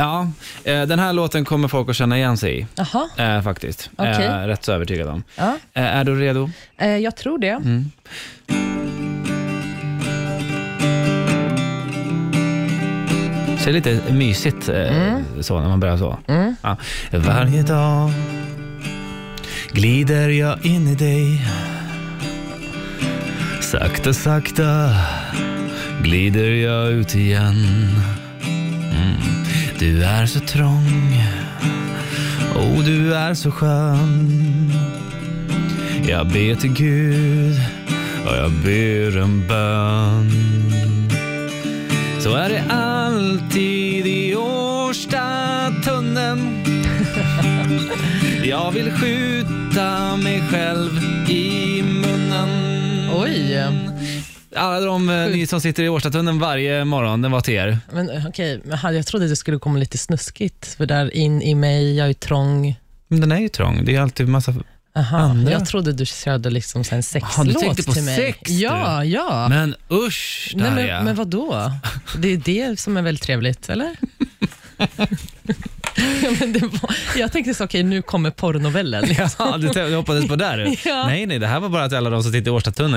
Ja, eh, den här låten kommer folk att känna igen sig i, Jaha, eh, faktiskt. Okej. Eh, rätt så övertygad om. ja. Eh, är du redo? Eh, jag tror det. Så det är lite mysigt eh, så, när man börjar så. Ja. Varje dag glider jag in i dig Sakta, sakta glider jag ut igen mm. Du är så trång och du är så skön Jag ber till Gud och jag ber en bön så är det alltid i Årstatunneln Jag vill skjuta mig själv i munnen Oj. Alla de eh, ni som sitter i Årstatunneln varje morgon, den var till er. Men eh, okej, men hade- jag trodde att det skulle komma lite snuskigt. För där in i mig, jag är trång. Men den är ju trång, det är alltid massa... Aha, Andra? Jag trodde du körde liksom så här en Aha, du sexlåt tänkte på till mig. sex, du. Ja, ja. Men usch Nej, Darja! men, men vad då? Det är det som är väldigt trevligt, eller? ja, men det var, jag tänkte så, okej, nu kommer porrnovellen. liksom. Ja, du, tänkte- du hoppades på där du. Ja. Nej, nej, det här var bara till alla de som sitter i Årstatunneln.